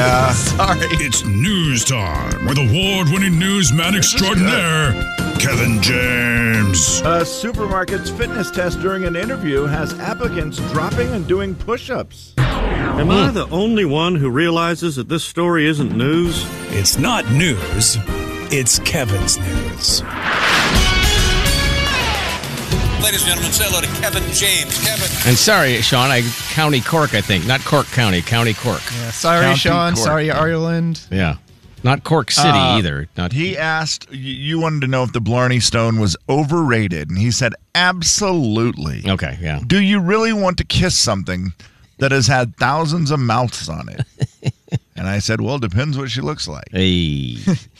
Uh, sorry. It's news time with award winning newsman extraordinaire, Kevin James. A supermarket's fitness test during an interview has applicants dropping and doing push ups. Am I the only one who realizes that this story isn't news? It's not news, it's Kevin's news. Ladies and gentlemen, say hello to Kevin James. Kevin. And sorry, Sean, I County Cork, I think. Not Cork County, County Cork. Yeah, sorry, County Sean. Cork. Sorry, Ireland. Yeah. Not Cork City Uh, either. Not He asked, y- you wanted to know if the Blarney Stone was overrated, and he said, absolutely. Okay, yeah. Do you really want to kiss something that has had thousands of mouths on it? and I said, well, depends what she looks like. Hey.